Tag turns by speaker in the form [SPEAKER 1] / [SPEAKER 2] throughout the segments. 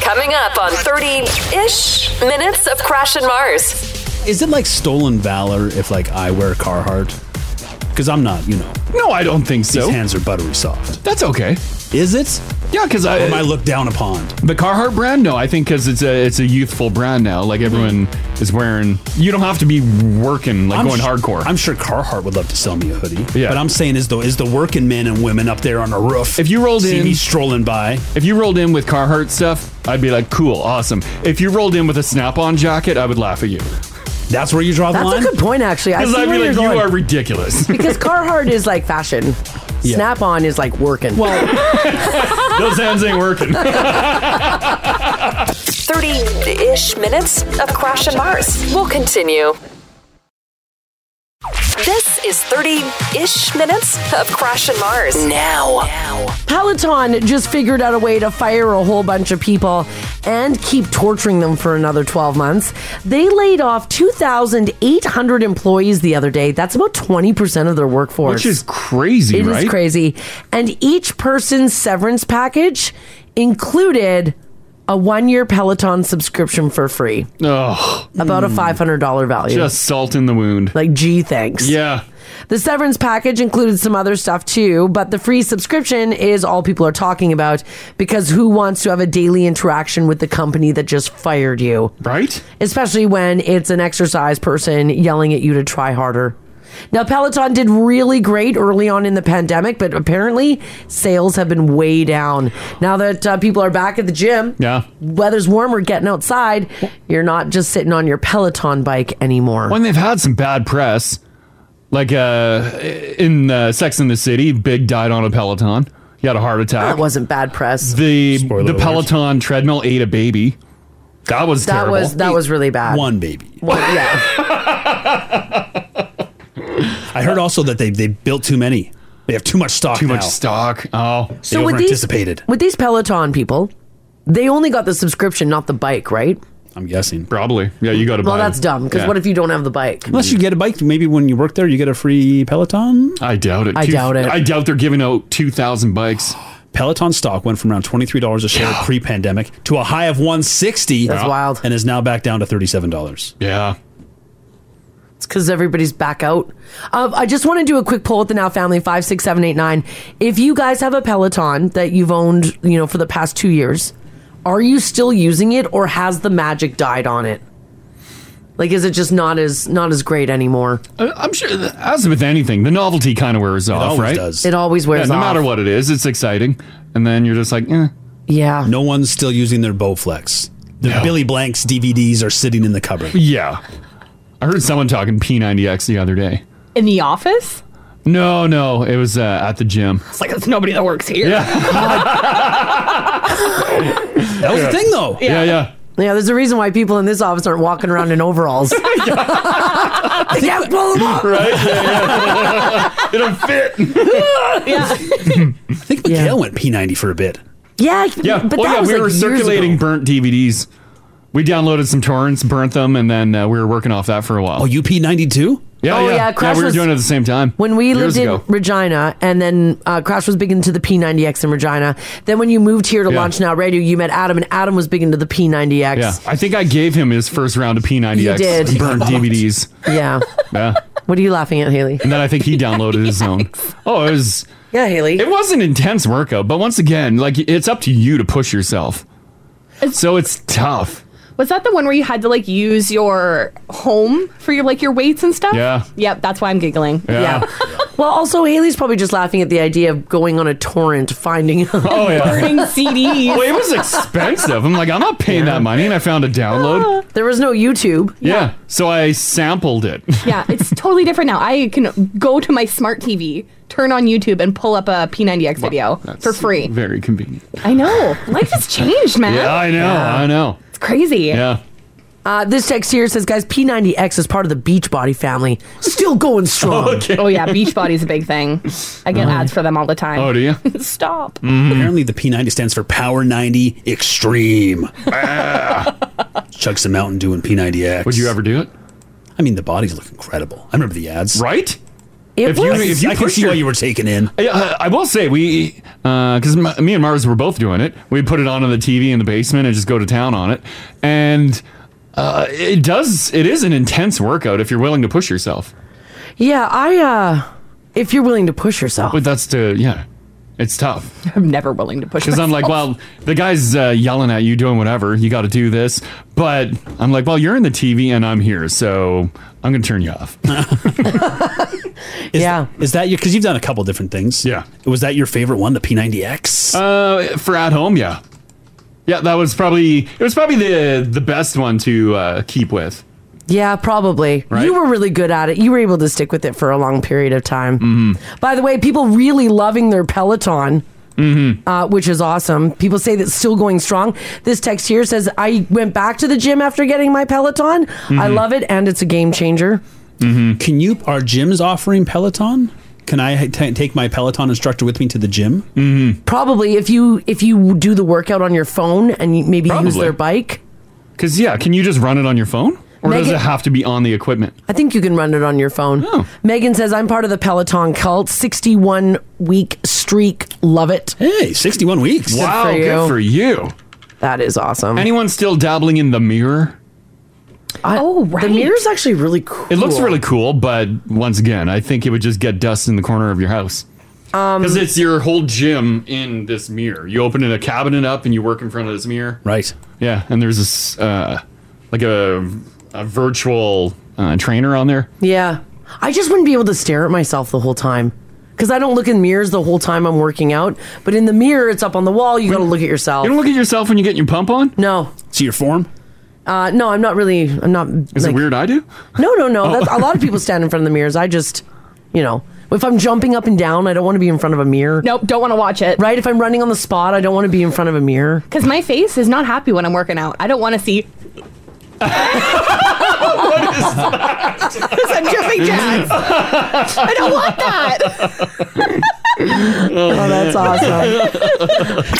[SPEAKER 1] Coming up on 30 ish minutes of Crash and Mars.
[SPEAKER 2] Is it like stolen valor if like I wear Carhartt? Because I'm not, you know.
[SPEAKER 3] No, I don't think
[SPEAKER 2] These
[SPEAKER 3] so.
[SPEAKER 2] hands are buttery soft.
[SPEAKER 3] That's okay.
[SPEAKER 2] Is it?
[SPEAKER 3] Yeah, because
[SPEAKER 2] Or
[SPEAKER 3] I,
[SPEAKER 2] am I looked down upon?
[SPEAKER 3] the Carhartt brand. No, I think because it's a it's a youthful brand now. Like everyone is wearing. You don't have to be working like going
[SPEAKER 2] sh-
[SPEAKER 3] hardcore.
[SPEAKER 2] I'm sure Carhartt would love to sell me a hoodie.
[SPEAKER 3] Yeah.
[SPEAKER 2] But I'm saying is the is the working men and women up there on a roof.
[SPEAKER 3] If you rolled
[SPEAKER 2] see
[SPEAKER 3] in-
[SPEAKER 2] me strolling by,
[SPEAKER 3] if you rolled in with Carhartt stuff, I'd be like, cool, awesome. If you rolled in with a Snap-on jacket, I would laugh at you
[SPEAKER 2] that's where you draw the
[SPEAKER 4] That's
[SPEAKER 2] line.
[SPEAKER 4] a good point, actually. I see
[SPEAKER 3] because I'd
[SPEAKER 4] where
[SPEAKER 3] be
[SPEAKER 4] you're
[SPEAKER 3] like, you
[SPEAKER 4] going.
[SPEAKER 3] are ridiculous.
[SPEAKER 4] because Carhartt is like fashion. Snap on is like working.
[SPEAKER 2] well,
[SPEAKER 3] Those hands ain't working.
[SPEAKER 1] 30 ish minutes of Crash and Mars. We'll continue. This is 30 ish minutes of Crash and Mars. Now.
[SPEAKER 4] Peloton just figured out a way to fire a whole bunch of people and keep torturing them for another 12 months. They laid off 2,800 employees the other day. That's about 20% of their workforce.
[SPEAKER 3] Which is crazy,
[SPEAKER 4] It is
[SPEAKER 3] right?
[SPEAKER 4] crazy. And each person's severance package included a one year Peloton subscription for free,
[SPEAKER 3] Ugh,
[SPEAKER 4] about a $500 value.
[SPEAKER 3] Hmm. just salt in the wound.
[SPEAKER 4] like, gee, thanks.
[SPEAKER 3] Yeah.
[SPEAKER 4] The severance package included some other stuff too, but the free subscription is all people are talking about because who wants to have a daily interaction with the company that just fired you?
[SPEAKER 3] Right?
[SPEAKER 4] Especially when it's an exercise person yelling at you to try harder. Now, Peloton did really great early on in the pandemic, but apparently sales have been way down. Now that uh, people are back at the gym,
[SPEAKER 3] Yeah.
[SPEAKER 4] weather's warmer, getting outside, you're not just sitting on your Peloton bike anymore.
[SPEAKER 3] When they've had some bad press, like uh, in uh, Sex in the City, Big died on a Peloton. He had a heart attack.
[SPEAKER 4] That wasn't bad press.
[SPEAKER 3] the
[SPEAKER 2] Spoiler
[SPEAKER 3] the
[SPEAKER 2] alert.
[SPEAKER 3] Peloton treadmill ate a baby. That was
[SPEAKER 4] that
[SPEAKER 3] terrible.
[SPEAKER 4] was that was really bad.
[SPEAKER 2] one baby.
[SPEAKER 4] Well, yeah.
[SPEAKER 2] I heard also that they they built too many. They have too much stock.
[SPEAKER 3] too much
[SPEAKER 2] now.
[SPEAKER 3] stock. Oh,
[SPEAKER 2] They
[SPEAKER 4] with these,
[SPEAKER 2] overanticipated.
[SPEAKER 4] with these Peloton people, they only got the subscription, not the bike, right?
[SPEAKER 2] I'm guessing.
[SPEAKER 3] probably. Yeah, you got to.
[SPEAKER 4] Well, that's dumb because what if you don't have the bike?
[SPEAKER 2] Unless you get a bike, maybe when you work there, you get a free Peloton.
[SPEAKER 3] I doubt it.
[SPEAKER 4] I
[SPEAKER 3] Two-
[SPEAKER 4] doubt it.
[SPEAKER 3] I doubt they're giving out two thousand bikes.
[SPEAKER 2] Peloton stock went from around twenty three dollars a share pre pandemic to a high of one sixty.
[SPEAKER 4] That's wild.
[SPEAKER 2] And is now back down to thirty seven dollars.
[SPEAKER 3] Yeah.
[SPEAKER 4] It's because everybody's back out. Uh, I just want to do a quick poll at the Now Family five six seven eight nine. If you guys have a Peloton that you've owned, you know, for the past two years, are you still using it, or has the magic died on it? Like, is it just not as not as great anymore?
[SPEAKER 3] Uh, I'm sure, that- as with anything, the novelty kind of wears off,
[SPEAKER 2] always
[SPEAKER 3] right?
[SPEAKER 2] does.
[SPEAKER 4] It always
[SPEAKER 3] Yeah,
[SPEAKER 4] wears
[SPEAKER 3] no
[SPEAKER 4] off.
[SPEAKER 3] matter what it is, it's exciting, and then you're just like, eh.
[SPEAKER 4] Yeah.
[SPEAKER 2] No one's still using their Bowflex. The
[SPEAKER 3] No.
[SPEAKER 2] Billy Blanks DVDs are sitting in the cupboard.
[SPEAKER 3] yeah. I heard someone talking P90X the other day.
[SPEAKER 5] In the office?
[SPEAKER 3] No, no, it was uh, at the gym.
[SPEAKER 5] It's like, there's nobody that works here.
[SPEAKER 2] That was the thing, though.
[SPEAKER 3] Yeah, yeah.
[SPEAKER 4] Yeah, there's a reason why people in this office aren't walking around in overalls. they can't pull them off.
[SPEAKER 3] Right? it don't fit.
[SPEAKER 2] I think Miguel went P90 for a bit.
[SPEAKER 4] Yeah,
[SPEAKER 3] Yeah.
[SPEAKER 4] but
[SPEAKER 3] oh,
[SPEAKER 4] that
[SPEAKER 3] yeah,
[SPEAKER 4] was
[SPEAKER 3] we
[SPEAKER 4] like
[SPEAKER 3] were
[SPEAKER 4] years
[SPEAKER 3] circulating
[SPEAKER 4] ago.
[SPEAKER 3] burnt DVDs. We downloaded some torrents, burnt them, and then uh, we were working off that for a while.
[SPEAKER 2] Oh, you P92?
[SPEAKER 3] yeah,
[SPEAKER 4] oh, yeah,
[SPEAKER 3] yeah.
[SPEAKER 4] Crash
[SPEAKER 3] we were
[SPEAKER 4] was-
[SPEAKER 3] doing it at the same time.
[SPEAKER 4] When we
[SPEAKER 3] years
[SPEAKER 4] lived in
[SPEAKER 3] ago.
[SPEAKER 4] Regina, and then uh, Crash was big into the P90X in Regina. Then when you moved here to
[SPEAKER 3] Yeah.
[SPEAKER 4] Launch Now Radio, you met Adam, and Adam was big into the P90X.
[SPEAKER 3] Yeah, I think I gave him his first round of P90X
[SPEAKER 4] You did.
[SPEAKER 3] burnt DVDs.
[SPEAKER 4] Yeah.
[SPEAKER 3] Yeah.
[SPEAKER 4] what are you laughing at, Haley?
[SPEAKER 3] And then I think he downloaded his own. Oh, it was
[SPEAKER 4] Yeah, Haley.
[SPEAKER 3] it was an intense workout, but once again, like it's up to you to push yourself. So it's tough.
[SPEAKER 5] Was that the one where you had to like use your home for your like your weights and stuff?
[SPEAKER 3] Yeah.
[SPEAKER 5] Yep, that's why I'm giggling.
[SPEAKER 3] Yeah.
[SPEAKER 4] well, also, Haley's probably just laughing at the idea of going on a torrent, finding.
[SPEAKER 3] Oh yeah.
[SPEAKER 5] Burning CDs.
[SPEAKER 3] Well, it was expensive. I'm like, I'm not paying that money, and I found a download.
[SPEAKER 4] there was no YouTube.
[SPEAKER 3] Yeah. So I sampled it.
[SPEAKER 5] yeah, it's totally different now. I can go to my smart TV, turn on YouTube, and pull up a P90X video
[SPEAKER 3] That's
[SPEAKER 5] for free. Uh-huh.
[SPEAKER 3] Very convenient.
[SPEAKER 5] I know. Life has changed, man.
[SPEAKER 3] Yeah, I know. I know.
[SPEAKER 5] It's crazy.
[SPEAKER 3] Yeah.
[SPEAKER 4] Uh, this text here says, guys, P90X is part of the Beachbody family. Still going strong.
[SPEAKER 5] Oh yeah, Beachbody's a big thing. I get ads for them all the time.
[SPEAKER 3] Oh, do you? Mm.
[SPEAKER 5] Stop.
[SPEAKER 3] Mm-hmm.
[SPEAKER 2] Apparently, the P90 stands for Power 90 Extreme. Chug some Mountain Dew and P90X.
[SPEAKER 3] Ah. Would you ever do it?
[SPEAKER 2] I mean, the bodies look incredible. I remember the ads.
[SPEAKER 3] Right?
[SPEAKER 4] It
[SPEAKER 3] if you
[SPEAKER 4] was-
[SPEAKER 3] if you
[SPEAKER 4] I can
[SPEAKER 3] pushed
[SPEAKER 4] see
[SPEAKER 3] your-
[SPEAKER 4] why you
[SPEAKER 2] were taken in.
[SPEAKER 3] Uh, Yeah, I- I will say we because m me and Mars were both doing it. We put it on on the TV in the basement and just go to town on it, and uh, it does. It is an intense workout if you're willing to push yourself.
[SPEAKER 4] Yeah, I uh if you're willing to push yourself.
[SPEAKER 3] But that's to yeah, it's tough.
[SPEAKER 5] I'm never willing to push
[SPEAKER 3] Because I'm like, well, the guy's uh, yelling at you, doing whatever. You got to do this. But I'm like, well, you're in the TV and I'm here, so I'm gonna turn you off.
[SPEAKER 2] Is yeah. Is that your? Because you've done a couple different things. Yeah. Was that your favorite one, the P90X?
[SPEAKER 4] Um,
[SPEAKER 3] Uh, for at home, yeah, yeah. That was probably it was probably the the best one to uh, keep with.
[SPEAKER 4] Yeah, probably. You were really good at it. You were able to stick with it for a long period of time.
[SPEAKER 3] Mm-hmm.
[SPEAKER 4] By the way, people really loving their Peloton.
[SPEAKER 3] Mm-hmm.
[SPEAKER 4] Uh, which is awesome. People say that's still going strong. This text here says, I went back to the gym after getting my Peloton. I
[SPEAKER 3] Mm-hmm.
[SPEAKER 2] Mhm.
[SPEAKER 4] love it, and it's a game changer.
[SPEAKER 2] Can you? Are gyms offering Peloton? Can I ha- ta take my Peloton instructor with me to the gym?
[SPEAKER 4] Mm.
[SPEAKER 2] Mm-hmm.
[SPEAKER 4] Probably if you if you do the workout on your phone and you maybe use
[SPEAKER 3] Probably.
[SPEAKER 4] their bike.
[SPEAKER 3] Because yeah, can you just run it on your phone, or does
[SPEAKER 4] Megan-
[SPEAKER 3] it have to be on the equipment?
[SPEAKER 4] I think you can run it on your phone.
[SPEAKER 3] Oh.
[SPEAKER 4] Megan says, I'm part of the Peloton cult. 61 week streak. Love it.
[SPEAKER 2] Hey, 61 weeks.
[SPEAKER 3] Wow, good for you.
[SPEAKER 4] That is awesome.
[SPEAKER 3] Anyone still dabbling in the mirror?
[SPEAKER 4] oh,
[SPEAKER 5] right.
[SPEAKER 4] The mirror's actually really cool.
[SPEAKER 3] It looks really cool, but once again, I think it would just get dust in the corner of your house.
[SPEAKER 4] Um,
[SPEAKER 3] Because it's your whole gym in this mirror. You open it a cabinet up and you work in front of this mirror.
[SPEAKER 2] Right.
[SPEAKER 3] Yeah, and there's this uh, like a a virtual uh, trainer on there.
[SPEAKER 4] Yeah. I just wouldn't be able to stare at myself the whole time. Because I don't look in mirrors the whole time I'm working out. But in the mirror, it's up on the wall. You got to look at yourself.
[SPEAKER 3] You don't look at yourself when you get your pump on.
[SPEAKER 4] No.
[SPEAKER 2] See your form.
[SPEAKER 4] Uh, no, I'm not really. I'm not.
[SPEAKER 3] Is it weird? I do.
[SPEAKER 4] No, no, no.
[SPEAKER 3] Oh.
[SPEAKER 4] That's, a lot of people stand in front of the mirrors. I just, you know, if I'm jumping up and down, I don't want to be in front of a mirror.
[SPEAKER 5] Nope, don't want to watch it.
[SPEAKER 4] Right? If I'm running on the spot, I don't want to be in front of a mirror.
[SPEAKER 5] Because my face is not happy when I'm working out. I don't want to see. what is that? I'm jumping jacks. I don't want that.
[SPEAKER 4] Oh, that's awesome.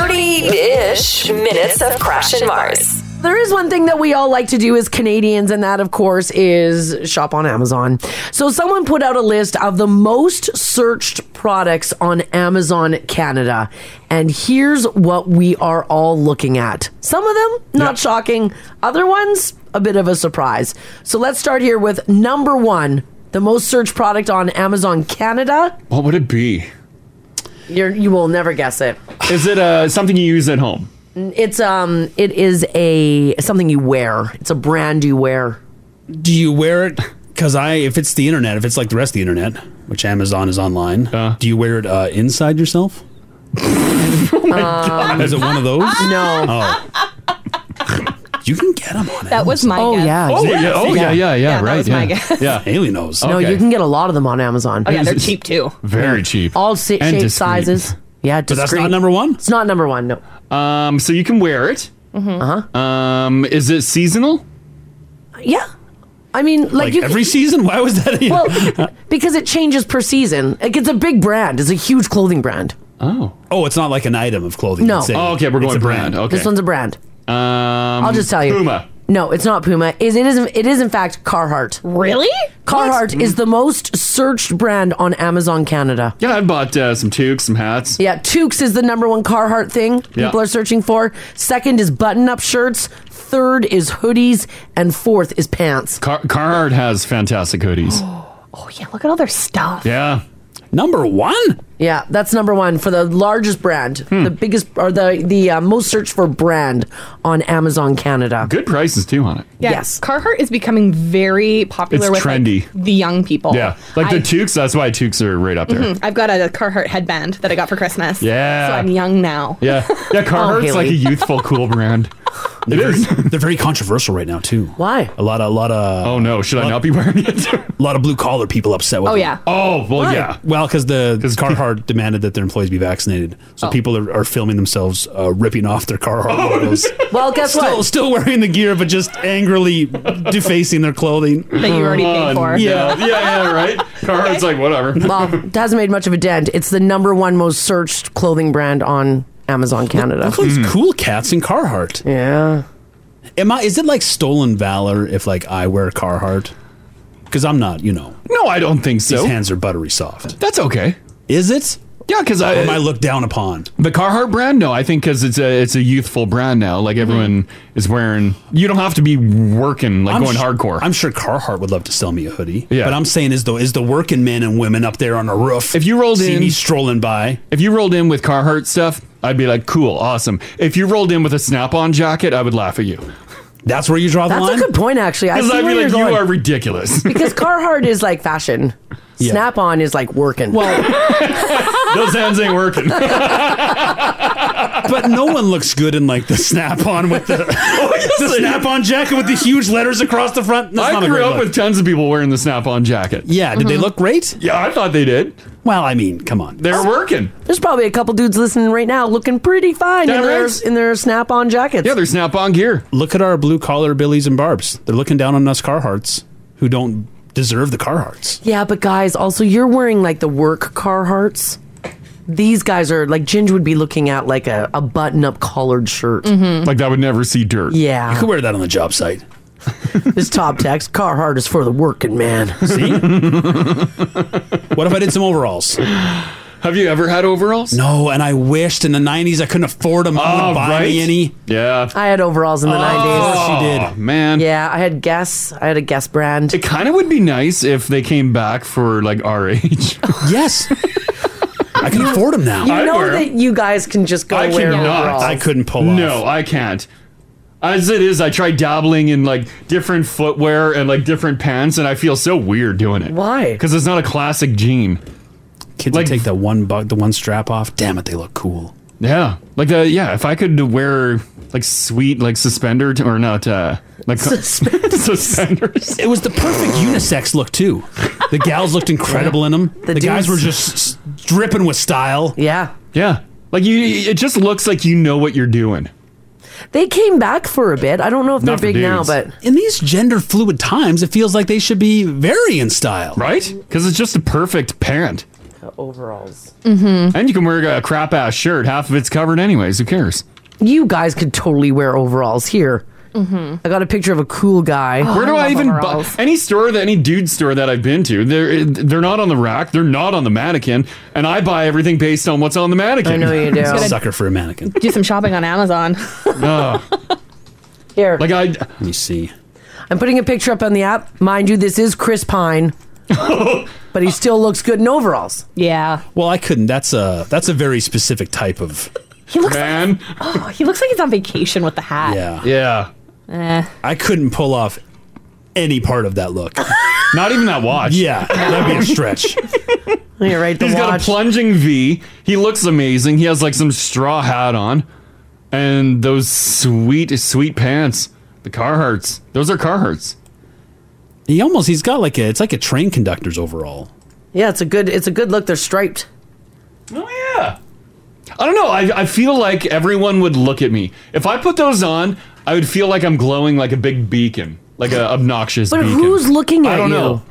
[SPEAKER 1] 30-ish minutes of Crash and Mars.
[SPEAKER 4] There is one thing that we all like to do as Canadians, and that, of course, is shop on Amazon. So, someone put out a list of the most searched products on Amazon Canada. And here's what we are all looking at. Some of them, not shocking. Other ones, a bit of a surprise. So, let's start here with number one the most searched product on Amazon Canada.
[SPEAKER 3] What would it be?
[SPEAKER 4] You're, you will never guess it.
[SPEAKER 3] Is it uh, something you use at home?
[SPEAKER 4] It's um, it is a something you wear. It's a brand you wear.
[SPEAKER 2] Do you wear it? Because I, if it's the internet, if it's like the rest of the internet, which Amazon is online, do you wear it uh, inside yourself?
[SPEAKER 4] Oh my
[SPEAKER 2] God. Is it one of those?
[SPEAKER 4] No.
[SPEAKER 2] Oh. you can get them on
[SPEAKER 5] That was my
[SPEAKER 4] Oh,
[SPEAKER 5] guess.
[SPEAKER 4] yeah.
[SPEAKER 3] Oh, yeah. Oh, yeah, yeah, yeah,
[SPEAKER 5] that
[SPEAKER 3] right,
[SPEAKER 5] was my
[SPEAKER 3] yeah.
[SPEAKER 5] guess.
[SPEAKER 3] Yeah.
[SPEAKER 2] Haley knows.
[SPEAKER 4] No,
[SPEAKER 3] Okay.
[SPEAKER 4] you can get a lot of them on Amazon.
[SPEAKER 5] Oh, yeah, they're cheap too.
[SPEAKER 3] Very cheap.
[SPEAKER 4] All si-
[SPEAKER 3] And
[SPEAKER 4] shapes,
[SPEAKER 3] discreet.
[SPEAKER 4] sizes. Yeah,
[SPEAKER 3] But that's
[SPEAKER 4] discreet.
[SPEAKER 3] not number one?
[SPEAKER 4] It's not number one. No.
[SPEAKER 3] Um, so you can wear it.
[SPEAKER 4] Mm-hmm.
[SPEAKER 3] Uh-huh. Um, is it seasonal?
[SPEAKER 4] Yeah. I mean, like,
[SPEAKER 3] Like
[SPEAKER 4] you
[SPEAKER 3] every Uh, season? Why was that even-
[SPEAKER 4] Well, because it changes per season. Like it's a big brand. It's a huge clothing brand.
[SPEAKER 3] Oh.
[SPEAKER 2] Oh, it's not like an item of clothing.
[SPEAKER 4] No.
[SPEAKER 2] It's a-
[SPEAKER 4] Oh,
[SPEAKER 3] okay, we're
[SPEAKER 2] it's
[SPEAKER 3] going
[SPEAKER 2] a
[SPEAKER 3] brand. Okay.
[SPEAKER 4] This one's a brand.
[SPEAKER 3] Um,
[SPEAKER 4] I'll just tell you.
[SPEAKER 3] Puma.
[SPEAKER 4] No, it's not Puma. Is it is it is in fact Carhartt.
[SPEAKER 5] Really?
[SPEAKER 4] Carhartt is the most searched brand on Amazon Canada.
[SPEAKER 3] Yeah, I bought uh, some toques, some hats.
[SPEAKER 4] Yeah, Tukes is the number one Carhartt thing people
[SPEAKER 3] Yeah.
[SPEAKER 4] are searching for. Second is button-up shirts. Third is hoodies, and fourth is pants.
[SPEAKER 3] Car- Carhartt has fantastic hoodies.
[SPEAKER 5] Oh yeah, look at all their stuff.
[SPEAKER 3] yeah.
[SPEAKER 2] Number one.
[SPEAKER 4] Yeah, that's number one for the largest brand,
[SPEAKER 3] Hmm.
[SPEAKER 4] the biggest or the the uh, most searched for brand on Amazon Canada.
[SPEAKER 3] Good prices too on it.
[SPEAKER 5] Yeah, Carhartt is becoming very popular
[SPEAKER 3] It's
[SPEAKER 5] with like,
[SPEAKER 3] trendy.
[SPEAKER 5] the young people.
[SPEAKER 3] Yeah. Like the toques, that's why toques are right up there.
[SPEAKER 4] Mm-hmm.
[SPEAKER 5] Mhm. I've got a Carhartt headband that I got for Christmas.
[SPEAKER 3] Yeah.
[SPEAKER 5] So I'm young now.
[SPEAKER 3] Yeah. Yeah,
[SPEAKER 4] Oh,
[SPEAKER 3] Carhartt's like
[SPEAKER 2] Haley.
[SPEAKER 3] a youthful, cool brand. It
[SPEAKER 2] They're
[SPEAKER 3] is.
[SPEAKER 2] very, they're very controversial right now too.
[SPEAKER 4] Why?
[SPEAKER 2] A lot of a lot of. Oh
[SPEAKER 3] no! Should I not be wearing it? a
[SPEAKER 2] lot of blue collar people upset with.
[SPEAKER 5] Oh,
[SPEAKER 2] them.
[SPEAKER 5] yeah. Oh, well, Why? yeah.
[SPEAKER 2] Well, because the Carhartt demanded that their employees be vaccinated, so
[SPEAKER 5] Oh.
[SPEAKER 2] people are, are filming themselves uh, ripping off their Carhartt
[SPEAKER 3] Oh,
[SPEAKER 2] logos.
[SPEAKER 4] Well, guess
[SPEAKER 2] still,
[SPEAKER 4] what?
[SPEAKER 2] Still wearing the gear, but just angrily defacing their clothing
[SPEAKER 5] That you already paid for.
[SPEAKER 3] Yeah. Yeah. Yeah. Right. Carhartt's like whatever.
[SPEAKER 4] well, it hasn't made much of a dent. It's the number one most searched clothing brand on Amazon Canada.
[SPEAKER 2] Look at these
[SPEAKER 3] Mm-hmm.
[SPEAKER 2] cool cats in Carhartt.
[SPEAKER 4] Yeah.
[SPEAKER 2] Am I? Is it like stolen valor if like I wear Carhartt? Because I'm not, you know.
[SPEAKER 3] No, I don't think
[SPEAKER 2] so. These hands are buttery soft.
[SPEAKER 3] That's okay.
[SPEAKER 2] Is it?
[SPEAKER 3] Yeah, because I
[SPEAKER 2] am I looked down upon.
[SPEAKER 3] The Carhartt brand? No, I think because it's a it's a youthful brand now. Like everyone is wearing. You don't have to be working like
[SPEAKER 2] I'm
[SPEAKER 3] going
[SPEAKER 2] su-
[SPEAKER 3] hardcore.
[SPEAKER 2] I'm sure Carhartt would love to sell me a hoodie.
[SPEAKER 3] Yeah.
[SPEAKER 2] But I'm saying is the is the working men and women up there on the roof.
[SPEAKER 3] If you rolled
[SPEAKER 2] see
[SPEAKER 3] in-
[SPEAKER 2] me strolling by,
[SPEAKER 3] If you rolled in with Carhartt stuff, I'd be like, cool, awesome. If you rolled in with a Snap-on jacket, I would laugh at you.
[SPEAKER 2] That's where you draw
[SPEAKER 4] That's a good point, actually. I
[SPEAKER 3] Because
[SPEAKER 4] see
[SPEAKER 3] I'd
[SPEAKER 4] where
[SPEAKER 3] be
[SPEAKER 4] you're
[SPEAKER 3] like,
[SPEAKER 4] going.
[SPEAKER 3] you are ridiculous.
[SPEAKER 4] because Carhartt is like fashion.
[SPEAKER 3] Yeah.
[SPEAKER 4] Snap on is like working.
[SPEAKER 3] Those hands ain't working.
[SPEAKER 2] but no one looks good in like the snap-on with the, the snap-on jacket with the huge letters across the front. That's not
[SPEAKER 3] I
[SPEAKER 2] a
[SPEAKER 3] grew
[SPEAKER 2] great
[SPEAKER 3] up
[SPEAKER 2] look.
[SPEAKER 3] with tons of people wearing the Snap-on jacket.
[SPEAKER 2] Yeah, did
[SPEAKER 4] Mm-hmm.
[SPEAKER 2] they look great?
[SPEAKER 3] Yeah, I thought they did.
[SPEAKER 2] Well, I mean, come on.
[SPEAKER 3] They're working.
[SPEAKER 4] There's probably a couple dudes listening right now looking pretty fine in
[SPEAKER 3] Damn
[SPEAKER 4] their,
[SPEAKER 3] right.
[SPEAKER 4] in their snap on jackets.
[SPEAKER 3] Yeah, they're Snap-on gear.
[SPEAKER 2] Look at our blue collar billies and barbs. They're looking down on us Carhartts who don't deserve the Carhartts.
[SPEAKER 4] Yeah, but guys, also you're wearing like the work Carhartts. These guys are like Ginge would be looking at like a, a button up collared shirt.
[SPEAKER 3] Like that would never see dirt.
[SPEAKER 4] Yeah.
[SPEAKER 2] You could wear that on the job site.
[SPEAKER 4] This top text Carhartt is for the working man.
[SPEAKER 2] See? what if I did some overalls?
[SPEAKER 3] Have you ever had overalls?
[SPEAKER 2] No, Oh, and I wished in the '90s I couldn't afford them. I
[SPEAKER 3] Oh,
[SPEAKER 2] wouldn't buy
[SPEAKER 3] right? Oh.
[SPEAKER 2] me any.
[SPEAKER 3] Yeah.
[SPEAKER 4] I had overalls
[SPEAKER 3] Oh.
[SPEAKER 4] in the
[SPEAKER 2] she
[SPEAKER 4] nineties.
[SPEAKER 2] did.
[SPEAKER 3] man.
[SPEAKER 4] Yeah, I had Guess. I had a Guess brand.
[SPEAKER 3] It kind of would be nice if they came back for like our age.
[SPEAKER 2] Yes, I can afford them now.
[SPEAKER 4] You
[SPEAKER 3] I'd
[SPEAKER 4] know
[SPEAKER 3] wear 'em.
[SPEAKER 4] that you guys can just go
[SPEAKER 3] I
[SPEAKER 4] wear
[SPEAKER 3] cannot.
[SPEAKER 4] overalls.
[SPEAKER 2] I couldn't pull off.
[SPEAKER 3] no, I can't. As it is, I try dabbling in like different footwear and like different pants, and I feel so weird doing it.
[SPEAKER 4] Why?
[SPEAKER 3] Because it's not a classic jean.
[SPEAKER 2] kids
[SPEAKER 3] like-
[SPEAKER 2] would take the one bug, the one strap off. Damn it, they look cool.
[SPEAKER 3] Yeah, like the yeah. If I could wear like sweet like suspender t- or not uh, like
[SPEAKER 4] Suspenders.
[SPEAKER 3] suspenders.
[SPEAKER 2] It was the perfect unisex look too. The gals looked incredible in them. The,
[SPEAKER 4] The
[SPEAKER 2] guys
[SPEAKER 4] dudes-
[SPEAKER 2] were just s- dripping with style.
[SPEAKER 4] Yeah.
[SPEAKER 3] Yeah, like you. It just looks like you know what you're doing.
[SPEAKER 4] They came back for a bit. I don't know if
[SPEAKER 3] Not for
[SPEAKER 4] they're big now,
[SPEAKER 3] dudes.
[SPEAKER 4] but
[SPEAKER 2] In these gender fluid times, it feels like they should be very in style.
[SPEAKER 3] Right? Because it's just a perfect pant.
[SPEAKER 4] overalls.
[SPEAKER 3] And you can wear a crap ass shirt. Half of it's covered anyways. Who cares?
[SPEAKER 4] You guys could totally wear overalls here. I got a picture of a cool guy.
[SPEAKER 3] Where do I, even buy
[SPEAKER 5] overalls.
[SPEAKER 3] any store that any dude store that I've been to? They're they're not on the rack. They're not on the mannequin. And I buy everything based on what's on the mannequin.
[SPEAKER 4] I know you do.
[SPEAKER 2] Sucker for a mannequin.
[SPEAKER 5] Do some shopping on Amazon.
[SPEAKER 4] Here,
[SPEAKER 3] Like I,
[SPEAKER 2] Let me see.
[SPEAKER 4] I'm putting a picture up on the app. Mind you, this is Chris Pine, but he still looks good in overalls.
[SPEAKER 5] Yeah.
[SPEAKER 2] Well, I couldn't. That's a that's a very specific type of.
[SPEAKER 5] He looks like
[SPEAKER 3] man,
[SPEAKER 5] oh, he looks like he's on vacation with the hat.
[SPEAKER 2] Yeah.
[SPEAKER 3] yeah,
[SPEAKER 5] Eh.
[SPEAKER 2] I couldn't pull off any part of that look.
[SPEAKER 3] not even that watch.
[SPEAKER 2] Yeah, that'd be a stretch.
[SPEAKER 4] You're right. The
[SPEAKER 3] He's got a
[SPEAKER 4] watch.
[SPEAKER 3] plunging V. He looks amazing. He has like some straw hat on, and those sweet sweet pants. The Carhartts. Those are Carhartts.
[SPEAKER 2] He almost he's got like a it's like a train conductor's overall.
[SPEAKER 4] yeah, it's a good. It's a good look. They're striped.
[SPEAKER 3] Oh yeah. I don't know. I, I feel like everyone would look at me if I put those on. I would feel like I'm glowing like a big beacon, like a obnoxious.
[SPEAKER 4] But
[SPEAKER 3] beacon.
[SPEAKER 4] who's looking at
[SPEAKER 3] I don't
[SPEAKER 4] you?
[SPEAKER 3] know.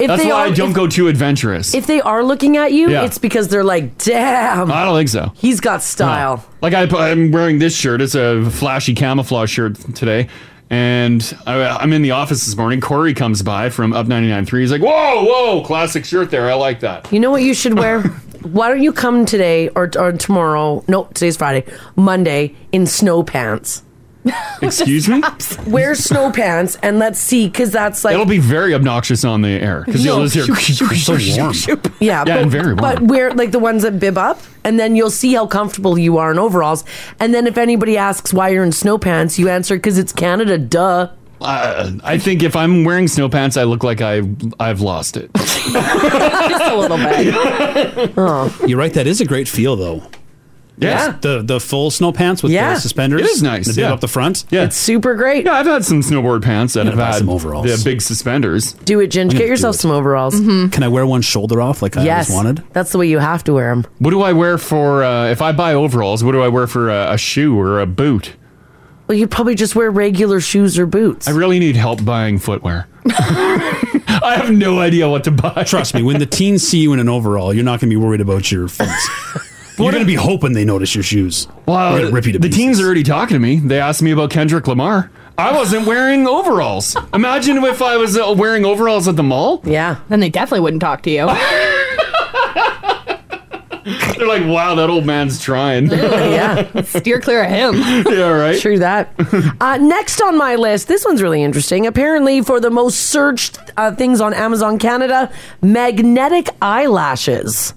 [SPEAKER 4] If
[SPEAKER 3] That's
[SPEAKER 4] they
[SPEAKER 3] why
[SPEAKER 4] are,
[SPEAKER 3] I don't
[SPEAKER 4] if,
[SPEAKER 3] go too adventurous.
[SPEAKER 4] if they are looking at you,
[SPEAKER 3] Yeah. Uh,
[SPEAKER 4] it's because they're like, "Damn,
[SPEAKER 3] I don't think so.
[SPEAKER 4] he's got style."
[SPEAKER 3] Like I, put- I'm wearing this shirt. It's a flashy camouflage shirt today. And I, I'm in the office this morning. Corey comes by from Up 99.3. He's like, whoa, whoa, classic shirt there. I like that.
[SPEAKER 4] You know what you should wear? Why don't you come today or, or tomorrow? No, today's Friday. Monday in snow pants.
[SPEAKER 3] Excuse me?
[SPEAKER 4] Wear snow pants and let's see, because that's like
[SPEAKER 3] It'll be very obnoxious on the air because you'll just hear so warm.
[SPEAKER 4] Yeah,
[SPEAKER 3] Yeah,
[SPEAKER 4] but,
[SPEAKER 3] and very warm.
[SPEAKER 4] But wear like the ones that bib up, and then you'll see how comfortable you are in overalls. And then if anybody asks why you're in snow pants, you answer because it's Canada. Duh.
[SPEAKER 3] Uh, I think if I'm wearing snow pants, I look like I I've lost it.
[SPEAKER 5] Just a little bit.
[SPEAKER 2] You're right. That is a great feel though.
[SPEAKER 3] Yes.
[SPEAKER 2] The the full snow pants with
[SPEAKER 4] Yeah.
[SPEAKER 2] the suspenders.
[SPEAKER 3] It is nice,
[SPEAKER 2] The bib
[SPEAKER 3] yeah.
[SPEAKER 2] up the front.
[SPEAKER 3] Yeah.
[SPEAKER 4] It's super great.
[SPEAKER 3] yeah, I've had some snowboard pants that have
[SPEAKER 2] gotta buy
[SPEAKER 3] had
[SPEAKER 2] some overalls.
[SPEAKER 3] the big suspenders.
[SPEAKER 4] Do it, Ginge.
[SPEAKER 2] gonna
[SPEAKER 4] Get
[SPEAKER 2] do
[SPEAKER 4] yourself
[SPEAKER 2] it.
[SPEAKER 4] some overalls.
[SPEAKER 3] Mm-hmm.
[SPEAKER 2] Can I wear one shoulder off like I
[SPEAKER 4] Yes,
[SPEAKER 2] always wanted?
[SPEAKER 4] that's the way you have to wear them.
[SPEAKER 3] What do I wear for uh, if I buy overalls? What do I wear for a, a shoe or a boot?
[SPEAKER 4] Well, you probably just wear regular shoes or boots.
[SPEAKER 3] I really need help buying footwear. I have no idea what to buy.
[SPEAKER 2] Trust me, when the teens see you in an overall, you're not going to be worried about your feet. you're going to be hoping they notice your shoes.
[SPEAKER 3] Wow,
[SPEAKER 2] They're gonna rip you to
[SPEAKER 3] the
[SPEAKER 2] pieces.
[SPEAKER 3] teens are already talking to me. They asked me about Kendrick Lamar. I wasn't wearing overalls. Imagine if I was uh, wearing overalls at the mall.
[SPEAKER 4] Yeah.
[SPEAKER 5] Then they definitely wouldn't talk to you.
[SPEAKER 3] They're like, wow, that old man's trying.
[SPEAKER 4] yeah.
[SPEAKER 5] Steer clear of him.
[SPEAKER 3] yeah, right.
[SPEAKER 4] True that. uh, next on my list, this one's really interesting. Apparently, for the most searched uh, things on Amazon Canada, magnetic eyelashes.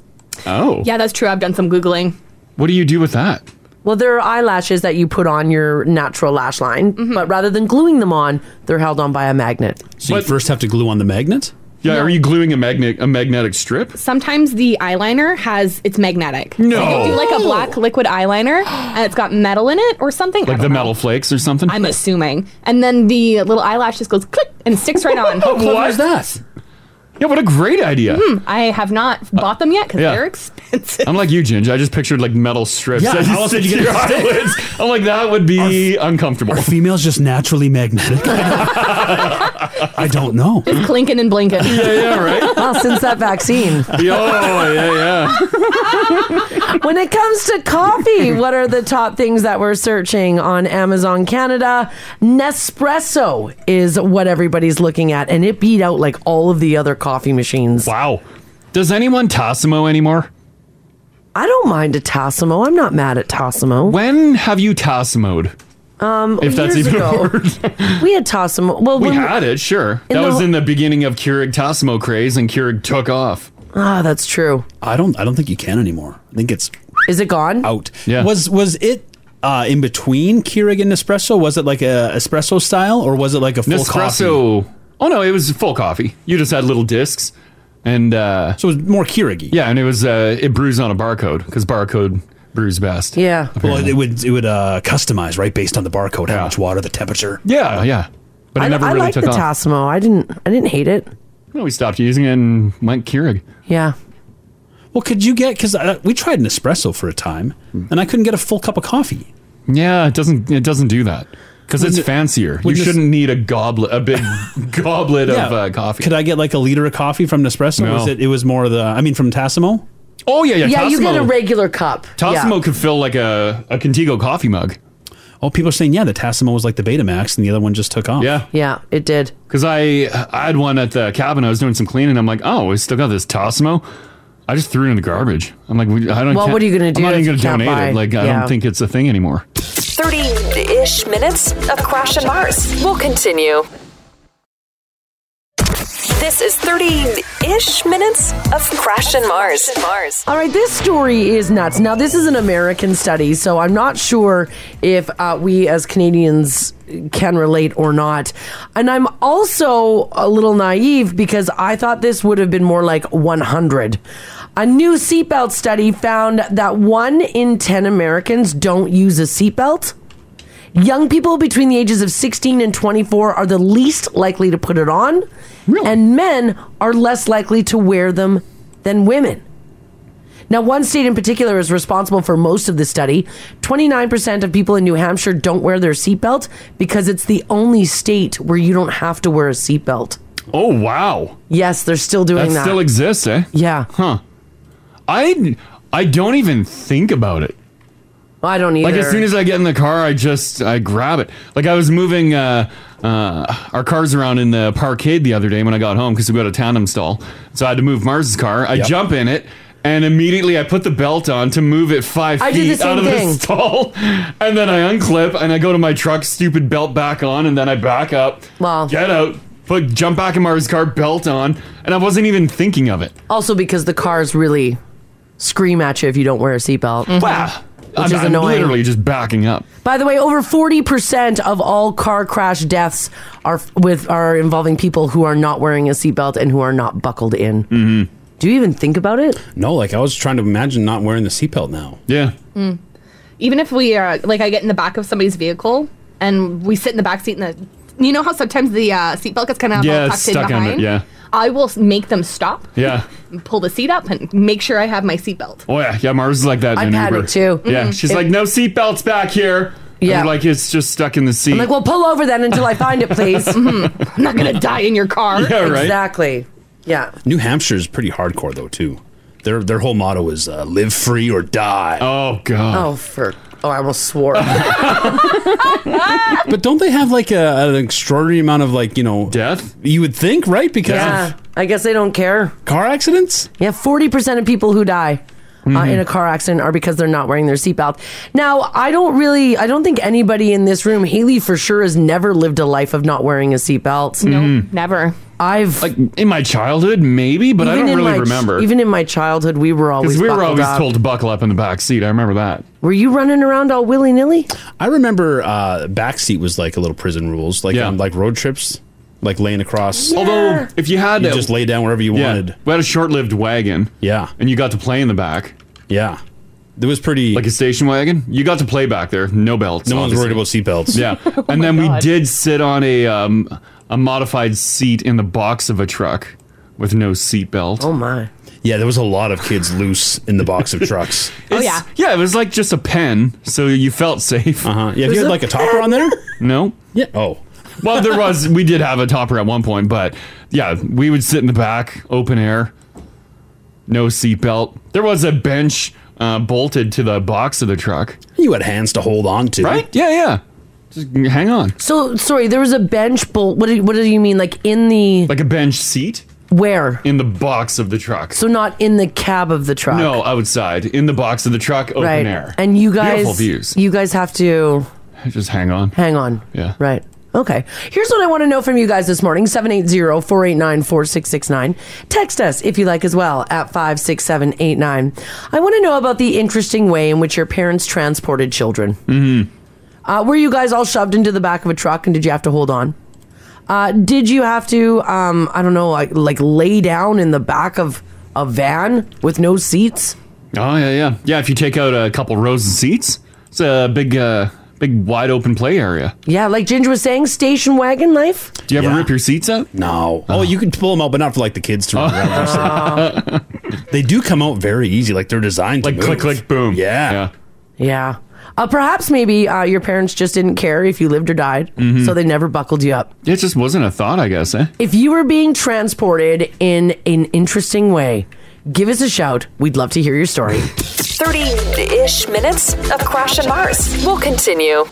[SPEAKER 3] Oh.
[SPEAKER 5] Yeah, that's true. I've done some Googling.
[SPEAKER 3] What do you do with that?
[SPEAKER 4] Well, there are eyelashes that you put on your natural lash line,
[SPEAKER 3] Mm-hmm.
[SPEAKER 4] but rather than gluing them on, they're held on by a magnet.
[SPEAKER 2] So you first have to glue on the magnet?
[SPEAKER 3] Yeah, are you gluing a magnet a magnetic strip?
[SPEAKER 5] Sometimes the eyeliner has it's magnetic.
[SPEAKER 3] No.
[SPEAKER 5] So they do like a black liquid eyeliner, and it's got metal in it or something.
[SPEAKER 3] Like the metal flakes or something?
[SPEAKER 5] I'm assuming. And then the little eyelash just goes click and sticks right on.
[SPEAKER 3] How clever is that? Yeah, what a great idea.
[SPEAKER 5] Hmm, I have not bought them yet because
[SPEAKER 3] yeah.
[SPEAKER 5] they're expensive.
[SPEAKER 3] I'm like you, Ginger. I just pictured like metal strips.
[SPEAKER 2] Yeah,
[SPEAKER 3] that
[SPEAKER 2] how else
[SPEAKER 3] stick
[SPEAKER 2] did you
[SPEAKER 3] to
[SPEAKER 2] get it to stick?
[SPEAKER 3] eyelids. I'm like, that would be uncomfortable.
[SPEAKER 2] Are females just naturally magnetic? I don't know.
[SPEAKER 5] Just clinking and blinking.
[SPEAKER 3] Yeah, yeah, right.
[SPEAKER 4] Well, since that vaccine.
[SPEAKER 3] Yeah, oh, yeah, yeah.
[SPEAKER 4] when it comes to coffee, what are the top things that we're searching on Amazon Canada? Nespresso is what everybody's looking at, and it beat out like all of the other coffee machines.
[SPEAKER 3] Wow. Does anyone Tassimo anymore?
[SPEAKER 4] I don't mind a Tassimo. I'm not mad at Tassimo.
[SPEAKER 3] When have you Tassimoed?
[SPEAKER 4] Um,
[SPEAKER 3] If that's
[SPEAKER 4] years
[SPEAKER 3] even a
[SPEAKER 4] ago, we had Tassimo. Well,
[SPEAKER 3] We
[SPEAKER 4] when-
[SPEAKER 3] had it, sure.
[SPEAKER 4] In the
[SPEAKER 3] That was
[SPEAKER 4] whole-
[SPEAKER 3] in the beginning of Keurig Tassimo craze, and Keurig took off.
[SPEAKER 4] Ah, that's true.
[SPEAKER 2] I don't I don't think you can anymore. I think it's
[SPEAKER 4] Is it gone?
[SPEAKER 2] Out. Yeah. Was was it uh, in between Keurig and Nespresso? Was it like a espresso style or was it like a full
[SPEAKER 3] Nespresso. Oh no, it was full coffee. You just had little discs, and uh,
[SPEAKER 2] so it was more Keurig.
[SPEAKER 3] Yeah, and it was uh, it brews on a barcode because barcode brews best.
[SPEAKER 4] Yeah.
[SPEAKER 2] Well, it would it would uh, customize right based on the barcode, how much water, the temperature.
[SPEAKER 3] Yeah, yeah. But it
[SPEAKER 4] I,
[SPEAKER 3] never
[SPEAKER 4] I
[SPEAKER 3] really
[SPEAKER 4] like
[SPEAKER 3] took
[SPEAKER 4] the
[SPEAKER 3] off.
[SPEAKER 4] Tassimo. I didn't. I didn't hate it.
[SPEAKER 3] No, we stopped using it and went Keurig.
[SPEAKER 4] Yeah.
[SPEAKER 2] Well, could you get because uh, we tried Nespresso for a time and I couldn't get a full cup of coffee.
[SPEAKER 3] Yeah, it doesn't it doesn't do that because it's
[SPEAKER 2] Wouldn't it-
[SPEAKER 3] fancier. You
[SPEAKER 2] wouldn't this-
[SPEAKER 3] shouldn't need a goblet, a big goblet of uh, coffee.
[SPEAKER 2] Could I get like a liter of coffee from Nespresso?
[SPEAKER 3] No.
[SPEAKER 2] Was it? It was more the. I mean, from Tassimo.
[SPEAKER 3] Oh yeah, yeah.
[SPEAKER 4] you
[SPEAKER 3] Tassimo,
[SPEAKER 4] get a regular cup.
[SPEAKER 3] Tassimo could fill like a a Contigo coffee mug.
[SPEAKER 2] Oh, people are saying yeah, the Tassimo was like the Betamax, and the other one just took off.
[SPEAKER 3] Yeah,
[SPEAKER 4] yeah, it did.
[SPEAKER 3] Because I I had one at the cabin. I was doing some cleaning. I'm like, oh, we still got this Tosmo. I just threw it in the garbage. I'm like, we- I don't.
[SPEAKER 1] Well,
[SPEAKER 3] can't-
[SPEAKER 1] what are you gonna do
[SPEAKER 3] I'm not
[SPEAKER 1] if
[SPEAKER 3] even
[SPEAKER 1] you can't
[SPEAKER 3] gonna donate
[SPEAKER 1] buy-
[SPEAKER 3] it. Like, I
[SPEAKER 1] Yeah.
[SPEAKER 3] don't think it's a thing anymore.
[SPEAKER 1] 30 ish minutes of Crash and Mars. We'll continue. This is 30 ish minutes of Crash and Mars. Mars.
[SPEAKER 4] All right, this story is nuts. Now, this is an American study, so I'm not sure if uh, we as Canadians can relate or not. And I'm also a little naive because I thought this would have been more like 100. A new seatbelt study found that one in 10 Americans don't use a seatbelt. Young people between the ages of 16 and 24 are the least likely to put it on, and men are less likely to wear them than women. Now, one state in particular is responsible for most of the study. 29% of people in New Hampshire don't wear their seatbelt because it's the only state where you don't have to wear a seatbelt.
[SPEAKER 3] Oh, wow.
[SPEAKER 4] Yes, they're still doing
[SPEAKER 3] That
[SPEAKER 4] that.
[SPEAKER 3] still exists, eh?
[SPEAKER 4] Yeah.
[SPEAKER 3] Huh. I I don't even think about it.
[SPEAKER 4] I don't either.
[SPEAKER 3] Like as soon as I get in the car, I just I grab it. Like I was moving uh, uh, our cars around in the parkade the other day when I got home because we got a tandem stall, so I had to move Mars's car. I jump in it. And immediately I put the belt on to move it five
[SPEAKER 6] I did the
[SPEAKER 3] feet out
[SPEAKER 6] same
[SPEAKER 3] of
[SPEAKER 6] thing.
[SPEAKER 3] the stall. And then I unclip and I go to my truck, stupid belt back on, and then I back up. Wow. Get out, put jump back in Mars's car, belt on, and I wasn't even thinking of it.
[SPEAKER 4] also, because the cars really scream at you if you don't wear a seatbelt.
[SPEAKER 3] Wow.
[SPEAKER 4] Which
[SPEAKER 3] I'm,
[SPEAKER 4] is
[SPEAKER 3] I'm
[SPEAKER 4] annoying.
[SPEAKER 3] literally just backing up.
[SPEAKER 4] By the way, over 40% of all car crash deaths are with are involving people who are not wearing a seatbelt and who are not buckled in. Mm-hmm. Do you even think about it?
[SPEAKER 2] No, like I was trying to imagine not wearing the seatbelt now.
[SPEAKER 3] Yeah.
[SPEAKER 5] Mm. Even if we are like, I get in the back of somebody's vehicle and we sit in the back seat in the. You know how sometimes the uh, seatbelt gets kind of
[SPEAKER 3] Yeah,
[SPEAKER 5] all
[SPEAKER 3] it's
[SPEAKER 5] tucked in
[SPEAKER 3] stuck in it,
[SPEAKER 5] behind.
[SPEAKER 3] yeah.
[SPEAKER 5] I will s- make them stop,
[SPEAKER 3] Yeah.
[SPEAKER 5] and pull the seat up, and make sure I have my seatbelt.
[SPEAKER 3] Oh yeah, yeah. Mars is like that.
[SPEAKER 5] I
[SPEAKER 3] in an
[SPEAKER 5] panic
[SPEAKER 3] Uber.
[SPEAKER 5] too.
[SPEAKER 3] Yeah,
[SPEAKER 4] Mm-hmm.
[SPEAKER 5] Mhm.
[SPEAKER 3] she's
[SPEAKER 5] It-
[SPEAKER 3] like, no seatbelts back here. And
[SPEAKER 5] Yeah.
[SPEAKER 3] you're like it's just stuck in the seat.
[SPEAKER 4] I'm like, well, pull over then until I find it, please.
[SPEAKER 5] Mhm. I'm not gonna die in your car.
[SPEAKER 3] Yeah, right.
[SPEAKER 4] Exactly. Yeah.
[SPEAKER 2] New Hampshire's pretty hardcore though too. Their their whole motto is uh, live free or die.
[SPEAKER 3] Oh god.
[SPEAKER 4] Uh, Oh, for oh, I almost swore.
[SPEAKER 2] But don't they have like a, an extraordinary amount of like you know death? You would think, right? Because
[SPEAKER 4] Yeah, I guess they don't care.
[SPEAKER 2] Car accidents?
[SPEAKER 4] Yeah, 40% of people who die uh,
[SPEAKER 3] Mm-hmm.
[SPEAKER 4] in a car accident are because they're not wearing their seatbelt. Now, I don't really, I don't think anybody in this room, Haley for sure, has never lived a life of not wearing a seatbelt.
[SPEAKER 3] No, Mhm.
[SPEAKER 5] never.
[SPEAKER 4] I've.
[SPEAKER 3] Like in my childhood, maybe, but I
[SPEAKER 4] Even
[SPEAKER 3] don't
[SPEAKER 4] in
[SPEAKER 3] really
[SPEAKER 4] my ch-
[SPEAKER 3] remember.
[SPEAKER 4] Even in my childhood, we were always
[SPEAKER 3] Because we were
[SPEAKER 4] buckled
[SPEAKER 3] always
[SPEAKER 4] up.
[SPEAKER 3] told to buckle up in the back seat. I remember that.
[SPEAKER 4] Were you running around all willy nilly?
[SPEAKER 2] I remember uh, backseat was like a little prison rules, like on like road trips, like laying across.
[SPEAKER 3] Although, if you had
[SPEAKER 2] You
[SPEAKER 3] a-
[SPEAKER 2] just lay down wherever you
[SPEAKER 3] Yeah.
[SPEAKER 2] wanted.
[SPEAKER 3] We had a short-lived wagon.
[SPEAKER 2] Yeah,
[SPEAKER 3] and you got to play in the back.
[SPEAKER 2] Yeah, it was pretty
[SPEAKER 3] like a station wagon. You got to play back there. No belts.
[SPEAKER 2] No one's worried about Oh
[SPEAKER 3] seatbelts. Yeah, and then we did sit on a um, a modified seat in the box of a truck with no seatbelt. Oh
[SPEAKER 4] my.
[SPEAKER 3] Yeah, there was a lot of kids loose in the box of trucks.
[SPEAKER 5] Oh, yeah.
[SPEAKER 3] Yeah, it was like just a pen, so you felt safe. Uh huh.
[SPEAKER 2] Uh-huh. Yeah, if you There's had, a like, a topper pen. on there?
[SPEAKER 3] No.
[SPEAKER 2] Yeah. Oh.
[SPEAKER 3] Well, there was. We did have a topper at one point, but yeah, we would sit in the back, open air, no seatbelt. There was a bench uh, bolted to the box of the truck.
[SPEAKER 2] You had hands to hold on to,
[SPEAKER 3] right? Yeah, yeah. Just hang on.
[SPEAKER 4] So, sorry, there was a bench bolt. What do, what do you mean? Like in the.
[SPEAKER 3] Like a bench seat?
[SPEAKER 4] Where?
[SPEAKER 3] In the box of the truck.
[SPEAKER 4] So, not in the cab of the truck.
[SPEAKER 3] No, outside in the box of the truck, open
[SPEAKER 4] right.
[SPEAKER 3] air.
[SPEAKER 4] And you guys.
[SPEAKER 3] beautiful views.
[SPEAKER 4] You guys have to.
[SPEAKER 3] Just hang on.
[SPEAKER 4] Hang on.
[SPEAKER 3] Yeah.
[SPEAKER 4] Right. Okay. Here's what I want to know from you guys this morning 780 489 4669. Text us if you like as well at 56789. I want to know about the interesting way in which your parents transported children. Mm-hmm. Uh, were you guys all shoved into the back of a truck and did you have to hold on? Uh, did you have to, um, I don't know, like, like lay down in the back of a van with no seats?
[SPEAKER 3] Oh yeah, yeah, yeah. If you take out a couple rows of seats, it's a big, uh, big wide open play area.
[SPEAKER 4] Yeah, like Ginger was saying, station wagon life.
[SPEAKER 3] Do you ever rip your seats out?
[SPEAKER 2] No. Oh, you can pull them out, but not for like the kids to run around. they do come out very easy. Like they're designed to
[SPEAKER 3] Like, click, click, boom.
[SPEAKER 2] Yeah.
[SPEAKER 4] Yeah. Uh, perhaps maybe uh, your parents just didn't care if you lived or died,
[SPEAKER 3] Mhm.
[SPEAKER 4] so they never buckled you up.
[SPEAKER 3] It just wasn't a thought, I guess. Eh?
[SPEAKER 4] If you were being transported in an interesting way, give us a shout. We'd love to hear your story.
[SPEAKER 1] 30 ish minutes of Crash and Mars. We'll continue.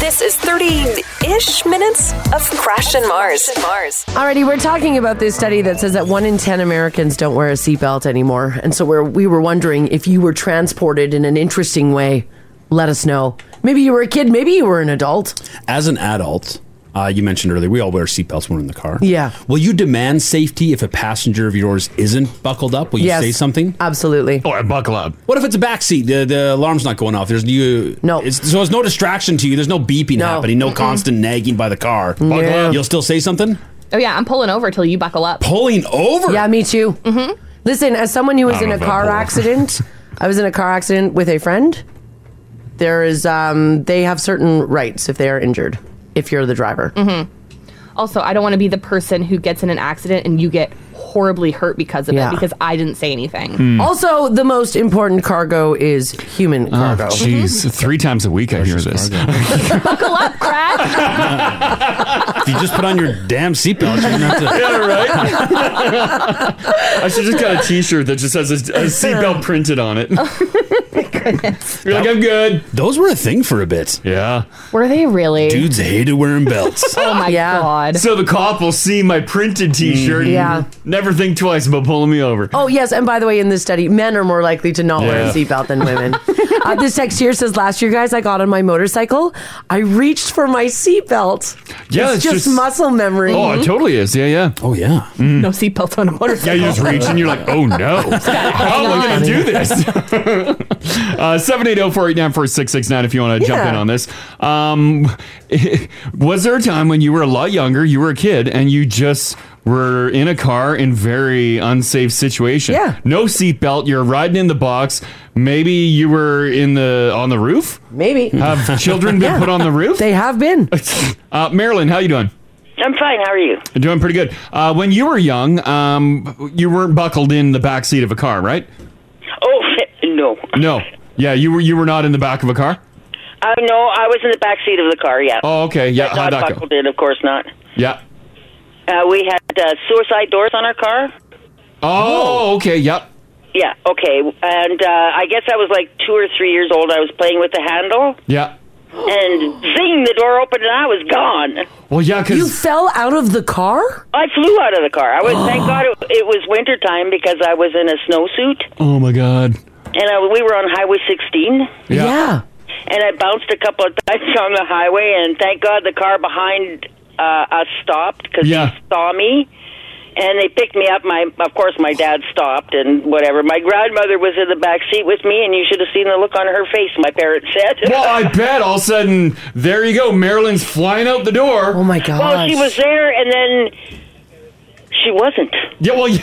[SPEAKER 1] This is 30 ish minutes of Crash and Mars. Mars.
[SPEAKER 4] Alrighty, we're talking about this study that says that one in 10 Americans don't wear a seatbelt anymore. And so we're, we were wondering if you were transported in an interesting way, let us know. Maybe you were a kid, maybe you were an adult.
[SPEAKER 2] As an adult, uh, you mentioned earlier, we all wear seatbelts when we're in the car.
[SPEAKER 4] Yeah.
[SPEAKER 2] Will you demand safety if a passenger of yours isn't buckled up? Will you
[SPEAKER 4] Yes.
[SPEAKER 2] say something?
[SPEAKER 4] Absolutely.
[SPEAKER 3] Or Oh, buckle up.
[SPEAKER 2] What if it's a backseat? The the alarm's not going off. There's you. No. It's, so it's no distraction to you. There's no beeping happening. No constant nagging by the car.
[SPEAKER 5] Buckle Yeah. up.
[SPEAKER 2] You'll still say something.
[SPEAKER 5] Oh yeah, I'm pulling over till you buckle up.
[SPEAKER 2] Pulling over.
[SPEAKER 4] Yeah, me too. Mm-hmm. Listen, as someone who
[SPEAKER 5] I
[SPEAKER 4] was
[SPEAKER 5] don't
[SPEAKER 4] in
[SPEAKER 5] know
[SPEAKER 4] a
[SPEAKER 5] about
[SPEAKER 4] car
[SPEAKER 5] Paul.
[SPEAKER 4] accident, I was in a car accident with a friend. There is, um, they have certain rights if they are injured, if you're the driver.
[SPEAKER 5] hmm Also, I don't want to be the person who gets in an accident and you get horribly hurt because of it
[SPEAKER 4] Yeah.
[SPEAKER 5] because I didn't say anything.
[SPEAKER 3] Hmm.
[SPEAKER 4] Also, the most important cargo is human
[SPEAKER 3] Oh,
[SPEAKER 4] cargo.
[SPEAKER 3] jeez. Three times a week I hear this.
[SPEAKER 5] Buckle up, crack.
[SPEAKER 2] If you just put on your damn seatbelt, you don't have to.
[SPEAKER 3] Yeah, I should just got a T-shirt that just has a, a seatbelt printed on it.
[SPEAKER 4] Oh,
[SPEAKER 3] You're like, I'm good.
[SPEAKER 2] Those were a thing for a bit.
[SPEAKER 3] Yeah.
[SPEAKER 5] Were they really?
[SPEAKER 2] Dudes hated wearing belts.
[SPEAKER 5] Oh my god.
[SPEAKER 3] So the cop will see my printed T-shirt. and
[SPEAKER 4] Mm-hmm. Yeah.
[SPEAKER 3] Never think twice about pulling me over.
[SPEAKER 4] Oh, yes. And by the way, in this study, men are more likely to not wear a
[SPEAKER 3] Yeah.
[SPEAKER 4] seatbelt than women. uh, this text here says Last year, guys, I got on my motorcycle. I reached for my seatbelt.
[SPEAKER 3] Yeah,
[SPEAKER 4] it's,
[SPEAKER 3] it's
[SPEAKER 4] just,
[SPEAKER 3] just-
[SPEAKER 4] muscle memory.
[SPEAKER 3] Oh, it totally is. Yeah, yeah.
[SPEAKER 2] Oh, yeah.
[SPEAKER 5] No seatbelt on a
[SPEAKER 3] Yeah,
[SPEAKER 5] motorcycle.
[SPEAKER 3] you just reach and you're like, oh no. How am I going to do this? Uh, 780-489-4669 if you want to jump
[SPEAKER 6] Yeah.
[SPEAKER 3] in on this. Um, was there a time when you were a lot younger, you were a kid, and you just were in a car in very unsafe situation? Yeah. No seatbelt, you're riding in the box. Maybe you were in the on the roof?
[SPEAKER 4] Maybe.
[SPEAKER 3] Have children been
[SPEAKER 7] Yeah.
[SPEAKER 3] put on the roof?
[SPEAKER 4] They have been.
[SPEAKER 3] Uh, Marilyn, how you doing?
[SPEAKER 7] I'm fine. How are you?
[SPEAKER 3] Doing pretty good. Uh, when you were young, um, you weren't buckled in the back seat of a car, right?
[SPEAKER 7] Oh no,
[SPEAKER 3] No. Yeah, you were. You were not in the back of a car.
[SPEAKER 7] I Uh, no, I was in the back seat of the car. Yeah.
[SPEAKER 3] Oh, okay. Yeah,
[SPEAKER 7] But
[SPEAKER 3] how'd
[SPEAKER 7] not
[SPEAKER 3] that go?
[SPEAKER 7] buckled in, of course not.
[SPEAKER 3] Yeah.
[SPEAKER 7] Uh, we had uh, suicide doors on our car.
[SPEAKER 3] Oh, okay. Yep.
[SPEAKER 7] Yeah. Okay. And uh, I guess I was like two or three years old. I was playing with the handle,
[SPEAKER 3] Yeah.
[SPEAKER 7] and zing, the door opened and I was gone.
[SPEAKER 3] Well, yeah, because
[SPEAKER 4] you fell out of the car.
[SPEAKER 7] I flew out of the car. I was thank God it, it was wintertime because I was in a snowsuit
[SPEAKER 3] Oh my god.
[SPEAKER 7] and I, we were on Highway 16
[SPEAKER 3] Yeah.
[SPEAKER 7] and I bounced a couple of times on the highway and thank God the car behind uh, us stopped because
[SPEAKER 3] Yeah.
[SPEAKER 7] he saw me. And they picked me up. My, of course, my dad stopped and whatever. My grandmother was in the back seat with me, and you should have seen the look on her face. My parents said.
[SPEAKER 3] Well, I bet all of a sudden there you go. Marilyn's flying out the door. Oh
[SPEAKER 4] my
[SPEAKER 7] Well, she was there, and then she wasn't.
[SPEAKER 3] Yeah. Well.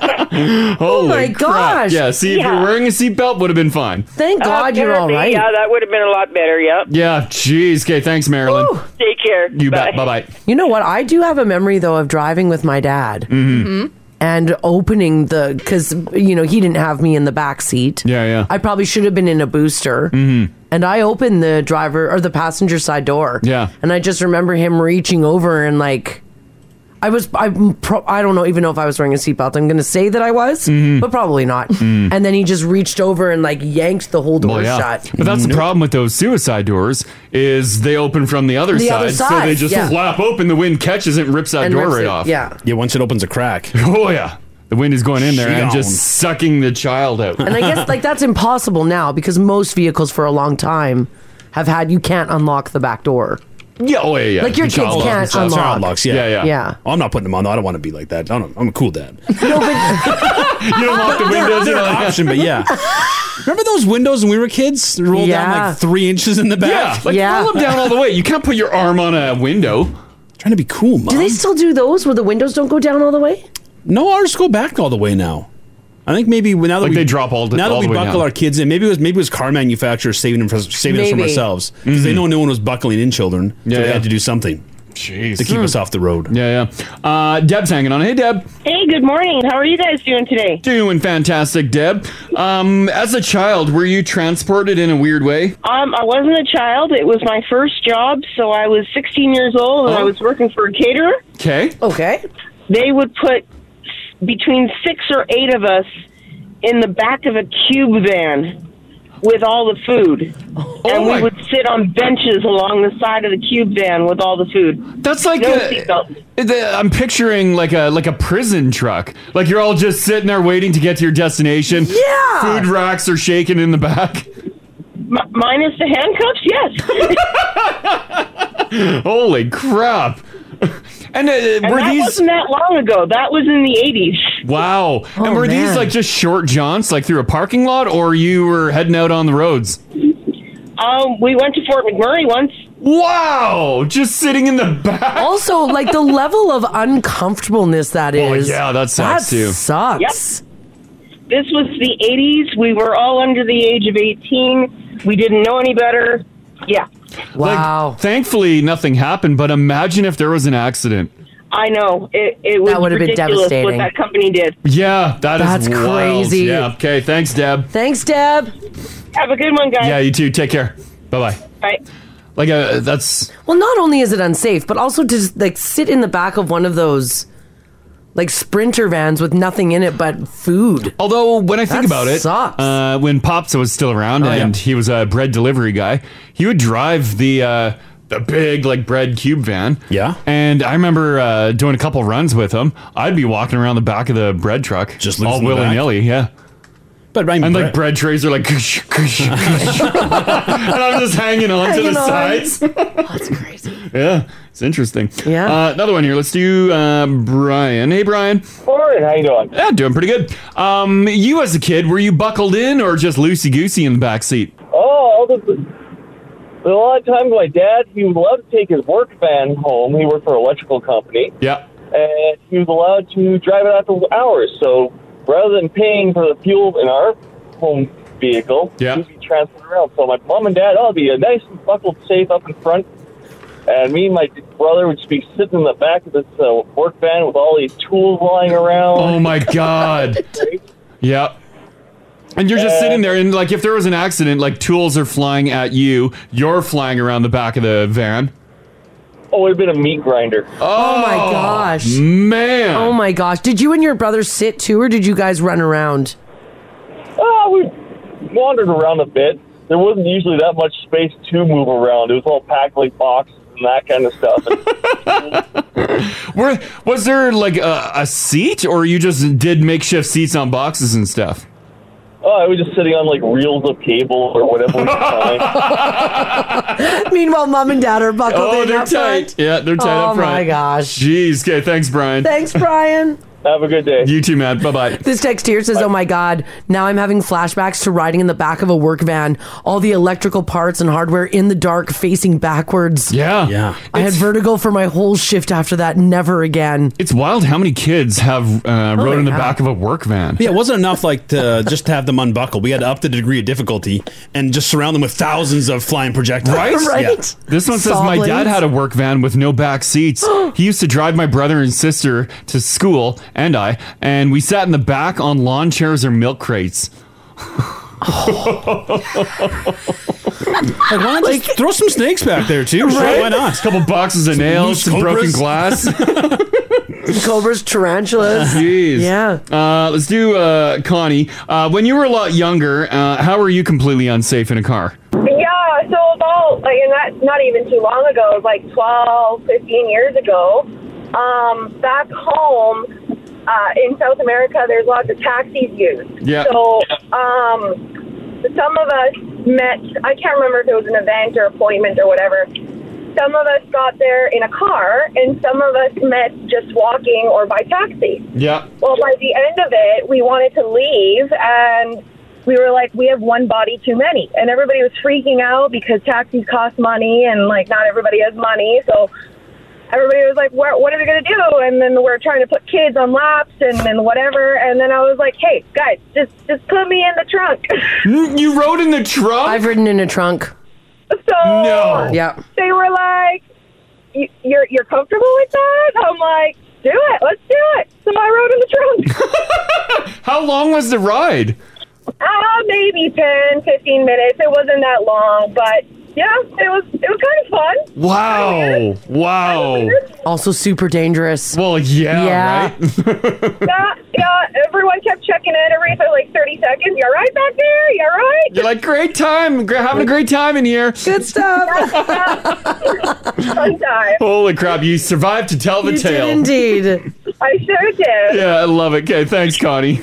[SPEAKER 3] Yeah. oh
[SPEAKER 7] my gosh.
[SPEAKER 3] Yeah. See, if
[SPEAKER 7] Yeah.
[SPEAKER 3] you're wearing a seatbelt, would have been fine.
[SPEAKER 4] Thank
[SPEAKER 7] God you're all right.
[SPEAKER 3] uh,
[SPEAKER 7] Yeah, that would have been a lot better. Yep.
[SPEAKER 3] Yeah. Jeez. Okay. Thanks, Marilyn.
[SPEAKER 7] Take care.
[SPEAKER 3] You bet. Bye bye.
[SPEAKER 4] You know what? I do have a memory though of driving with my dad
[SPEAKER 3] Mm-hmm.
[SPEAKER 4] Mm-hmm. and opening the because you know he didn't have me in the back seat.
[SPEAKER 3] Yeah, yeah.
[SPEAKER 4] I probably should have been in a booster. Mm-hmm. And I opened the driver or the passenger side door.
[SPEAKER 3] Yeah.
[SPEAKER 4] And I just remember him reaching over and like, I was I mm, pro- I don't know even know if I was wearing a seatbelt. I'm gonna say that I was,
[SPEAKER 3] Mm-hmm.
[SPEAKER 4] but probably not.
[SPEAKER 3] Mm.
[SPEAKER 4] And then he just reached over and like yanked the whole door
[SPEAKER 3] Well, yeah.
[SPEAKER 4] shut.
[SPEAKER 3] But that's the problem with those suicide doors is they open from the other,
[SPEAKER 4] The
[SPEAKER 3] side,
[SPEAKER 4] other
[SPEAKER 3] so they
[SPEAKER 4] side,
[SPEAKER 3] just
[SPEAKER 4] yeah.
[SPEAKER 3] flap open. The wind catches it and rips that
[SPEAKER 4] And
[SPEAKER 3] door
[SPEAKER 4] rips
[SPEAKER 3] right
[SPEAKER 4] it,
[SPEAKER 3] off.
[SPEAKER 4] yeah.
[SPEAKER 2] Yeah. Once it opens a crack.
[SPEAKER 3] Oh yeah. The wind is going in there
[SPEAKER 2] She
[SPEAKER 3] and
[SPEAKER 2] gone.
[SPEAKER 3] just sucking the child out.
[SPEAKER 4] And I guess like that's impossible now because most vehicles for a long time have had you can't unlock the back door.
[SPEAKER 3] Yeah, oh yeah, yeah.
[SPEAKER 4] Like your The kids child locks can't and stuff. unlock.
[SPEAKER 2] Child locks, yeah.
[SPEAKER 4] Yeah, yeah. Yeah.
[SPEAKER 2] I'm not putting them on though. I don't want to be like that. I don't, I'm a cool dad.
[SPEAKER 3] you don't lock the windows.
[SPEAKER 2] They're
[SPEAKER 3] you know,
[SPEAKER 2] an
[SPEAKER 3] like-
[SPEAKER 2] option, but yeah. Remember those windows when we were kids? They Rolled down
[SPEAKER 3] Yeah.
[SPEAKER 2] like three inches in the back.
[SPEAKER 3] Yeah, like roll them down all the way. You can't put your arm on a window.
[SPEAKER 2] Trying to be cool, mom.
[SPEAKER 4] Do they still do those where the windows don't go down all the way?
[SPEAKER 2] No, ours go back all the way now. I think maybe now that
[SPEAKER 3] Like
[SPEAKER 2] we,
[SPEAKER 3] they drop all the-
[SPEAKER 2] now that
[SPEAKER 3] all
[SPEAKER 2] we
[SPEAKER 3] the way
[SPEAKER 2] buckle
[SPEAKER 3] down.
[SPEAKER 2] our kids in, maybe it was maybe it was car manufacturers saving them for, saving us from
[SPEAKER 3] Maybe.
[SPEAKER 2] ourselves because they know no one was buckling in children, so they
[SPEAKER 3] Mm. yeah.
[SPEAKER 2] had to do something
[SPEAKER 3] Jeez.
[SPEAKER 2] to keep us off the road.
[SPEAKER 3] Yeah, yeah. Uh, Deb's hanging on. Hey, Deb.
[SPEAKER 6] Hey, good morning. How are you guys doing today?
[SPEAKER 3] Doing fantastic, Deb. Um, as a child, were you transported in a weird way?
[SPEAKER 6] Um, I wasn't a child. It was my first job, so I was 16 years old, and I was working for a caterer.
[SPEAKER 3] Okay.
[SPEAKER 6] Oh,
[SPEAKER 4] Okay.
[SPEAKER 6] They would put s- between six or eight of us in the back of a cube van with all the food,
[SPEAKER 3] Oh,
[SPEAKER 6] and we would sit on benches along the side of the cube van with all the food.
[SPEAKER 3] That's like
[SPEAKER 6] no
[SPEAKER 3] a-
[SPEAKER 6] seatbelt.
[SPEAKER 3] The- I'm picturing like a like a prison truck. Like you're all just sitting there waiting to get to your destination.
[SPEAKER 6] Yeah.
[SPEAKER 3] Food racks are shaking in the back.
[SPEAKER 6] M- minus the handcuffs. Yes.
[SPEAKER 3] Holy crap! And uh,
[SPEAKER 6] And
[SPEAKER 3] were
[SPEAKER 6] that
[SPEAKER 3] these
[SPEAKER 6] wasn't that long ago. That was in the 80s.
[SPEAKER 3] wow? and were these
[SPEAKER 6] Oh, man.
[SPEAKER 3] like just short jaunts, like through a parking lot, or you were heading out on the roads?
[SPEAKER 6] Um, we went to Fort McMurray once.
[SPEAKER 3] Wow! Just sitting in the back.
[SPEAKER 6] Oh,
[SPEAKER 4] Also, like the level of uncomfortableness that is.
[SPEAKER 3] Oh, yeah, that sucks,
[SPEAKER 4] that
[SPEAKER 3] too.
[SPEAKER 4] Sucks.
[SPEAKER 6] This was the 80s. We were all under the age of 18. We didn't know any better. Yeah,
[SPEAKER 3] Wow. thankfully, nothing happened. But imagine if there was an accident.
[SPEAKER 6] I know. It, it was
[SPEAKER 4] would have been
[SPEAKER 6] ridiculous
[SPEAKER 4] devastating.
[SPEAKER 6] what that company did.
[SPEAKER 3] Yeah, that is
[SPEAKER 4] That's
[SPEAKER 3] wild.
[SPEAKER 4] crazy.
[SPEAKER 3] Yeah. Okay. Thanks, Deb.
[SPEAKER 4] Thanks, Deb.
[SPEAKER 6] Have a good one, guys.
[SPEAKER 3] Yeah. You too. Take care. Bye bye.
[SPEAKER 6] Bye.
[SPEAKER 3] Like uh, that's
[SPEAKER 4] Well, not only is it unsafe, but also to just, like sit in the back of one of those like sprinter vans with nothing in it but food.
[SPEAKER 3] Although when I think about it,
[SPEAKER 4] sucks.
[SPEAKER 3] Uh, when Pops was still around
[SPEAKER 4] Oh, yeah.
[SPEAKER 3] and he was a bread delivery guy, he would drive the uh, the big like bread cube van. Yeah, and I remember uh, doing a couple runs with him. I'd be walking around the back of the bread truck, just all
[SPEAKER 2] loose in the back.
[SPEAKER 3] willy nilly. Yeah.
[SPEAKER 2] But I mean,
[SPEAKER 3] and like bread trays are like, and I'm just hanging on to
[SPEAKER 8] Hanging
[SPEAKER 3] the
[SPEAKER 8] on. Oh,
[SPEAKER 3] sides. Yeah, it's interesting.
[SPEAKER 8] Yeah.
[SPEAKER 3] Uh, another one here. Let's do uh, Brian. Hey, Brian.
[SPEAKER 9] Morning. How you doing?
[SPEAKER 3] Yeah, doing pretty good. Um, you as a kid, were you buckled in or just loosey goosey in the back seat?
[SPEAKER 9] Oh, all the, a lot of times my dad, he would love to take his work van home. He worked for an electrical company.
[SPEAKER 3] Yeah.
[SPEAKER 9] And he was allowed to drive it out for hours. So rather than paying for the fuel in our home vehicle,
[SPEAKER 3] Yeah.
[SPEAKER 9] he'd be transferred around. So my mom and dad, I'll be uh, nice and buckled safe up in front. And me and my brother would just be sitting in the back of this uh, work van with all these tools lying around.
[SPEAKER 3] Oh my god. yeah. And you're just
[SPEAKER 4] Uh,
[SPEAKER 3] sitting there, and like if there was an accident, like tools are flying at you. You're flying around the back of the van.
[SPEAKER 9] Oh, it'd been a meat grinder.
[SPEAKER 3] Oh,
[SPEAKER 4] my gosh.
[SPEAKER 3] Man.
[SPEAKER 4] Oh my gosh. Did you and your brother sit too or did you guys run around?
[SPEAKER 9] Oh, we wandered Uh, around a bit. there wasn't usually that much space to move around. It was all packed like boxes and that kind of stuff. And
[SPEAKER 3] Were, was there like a, a seat, or you just did makeshift seats on boxes and stuff?
[SPEAKER 9] oh, I was just sitting on like reels of cable or whatever we could find.
[SPEAKER 4] Meanwhile, mom and dad are buckled in. Oh, up front.
[SPEAKER 3] Yeah, they're Oh, tight
[SPEAKER 4] oh
[SPEAKER 3] up front.
[SPEAKER 4] my gosh.
[SPEAKER 3] Jeez. Okay. Thanks, Brian.
[SPEAKER 4] Thanks, Brian.
[SPEAKER 9] Have a good day.
[SPEAKER 3] You too, Matt. Bye bye.
[SPEAKER 4] This text here says, "Oh my God! Now I'm having flashbacks to riding in the back of a work van, all the electrical parts and hardware in the dark, facing backwards.
[SPEAKER 3] Yeah, yeah.
[SPEAKER 4] I had vertigo for my whole shift after that. Never again.
[SPEAKER 3] It's wild how many kids have uh,
[SPEAKER 4] Oh,
[SPEAKER 3] rode in the
[SPEAKER 4] yeah.
[SPEAKER 3] back of a work van.
[SPEAKER 2] Yeah, it wasn't enough like to just to have them unbuckle. We had to up the degree of difficulty and just surround them with thousands of flying projectiles.
[SPEAKER 3] Right?
[SPEAKER 2] Yeah.
[SPEAKER 3] This one says my dad had a work van with no back seats. he used to drive my brother and sister to school and I, and we sat in the back on lawn chairs or milk crates.
[SPEAKER 2] Like, why not just throw some snakes back there too? Sure,
[SPEAKER 3] Right?
[SPEAKER 2] Why not? A
[SPEAKER 3] couple boxes of nails, some broken glass.
[SPEAKER 4] Cobras, tarantulas.
[SPEAKER 3] Jeez.
[SPEAKER 4] Yeah.
[SPEAKER 3] Uh, let's do uh, Connie. Uh, when you were a lot younger, uh, how were you completely unsafe in a car?
[SPEAKER 8] Yeah, so about, like, and that's not even too long ago, it was like 12, 15 years ago. Um, back home uh, in South America, there's lots of taxis used.
[SPEAKER 10] Yeah.
[SPEAKER 8] So um, some of us met, I can't remember if it was an event or appointment or whatever. Some of us got there in a car, and some of us met just walking or by taxi.
[SPEAKER 3] Yeah.
[SPEAKER 8] Well, by the end of it, we wanted to leave, and we were like, we have one body too many. And everybody was freaking out because taxis cost money, and like, not everybody has money. So everybody was like, what, what are we going to do? And then we're trying to put kids on laps and, and whatever. And then I was like, hey, guys, just, just put me in the trunk.
[SPEAKER 3] You rode in the trunk?
[SPEAKER 4] I've ridden in a trunk.
[SPEAKER 8] So
[SPEAKER 4] No. Yeah.
[SPEAKER 8] They were like, "You- "You're you're comfortable with that?" I'm like, "Do it, let's do it." So I rode in the trunk.
[SPEAKER 3] How long was the ride?
[SPEAKER 8] uh, maybe 10, 15 minutes. It wasn't that long, but yeah, it was it was kind of fun.
[SPEAKER 3] Wow. Wow.
[SPEAKER 4] Also super dangerous.
[SPEAKER 3] Well, yeah,
[SPEAKER 4] Yeah.
[SPEAKER 3] right?
[SPEAKER 8] yeah, yeah. Everyone kept checking in every for like thirty seconds. You're right back there. You're right.
[SPEAKER 3] You're like, great time. Gra- having a great time in here.
[SPEAKER 4] Good stuff.
[SPEAKER 8] Fun time.
[SPEAKER 3] Holy crap. You survived to tell the
[SPEAKER 8] You did
[SPEAKER 3] tale.
[SPEAKER 4] indeed.
[SPEAKER 8] I sure did.
[SPEAKER 3] Yeah, I love it. Okay, thanks, Connie.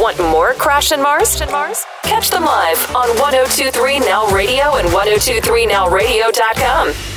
[SPEAKER 1] Want more Crash and Mars? And Mars? oh Catch them live on 1023 Now Radio and 1023nowradio.com.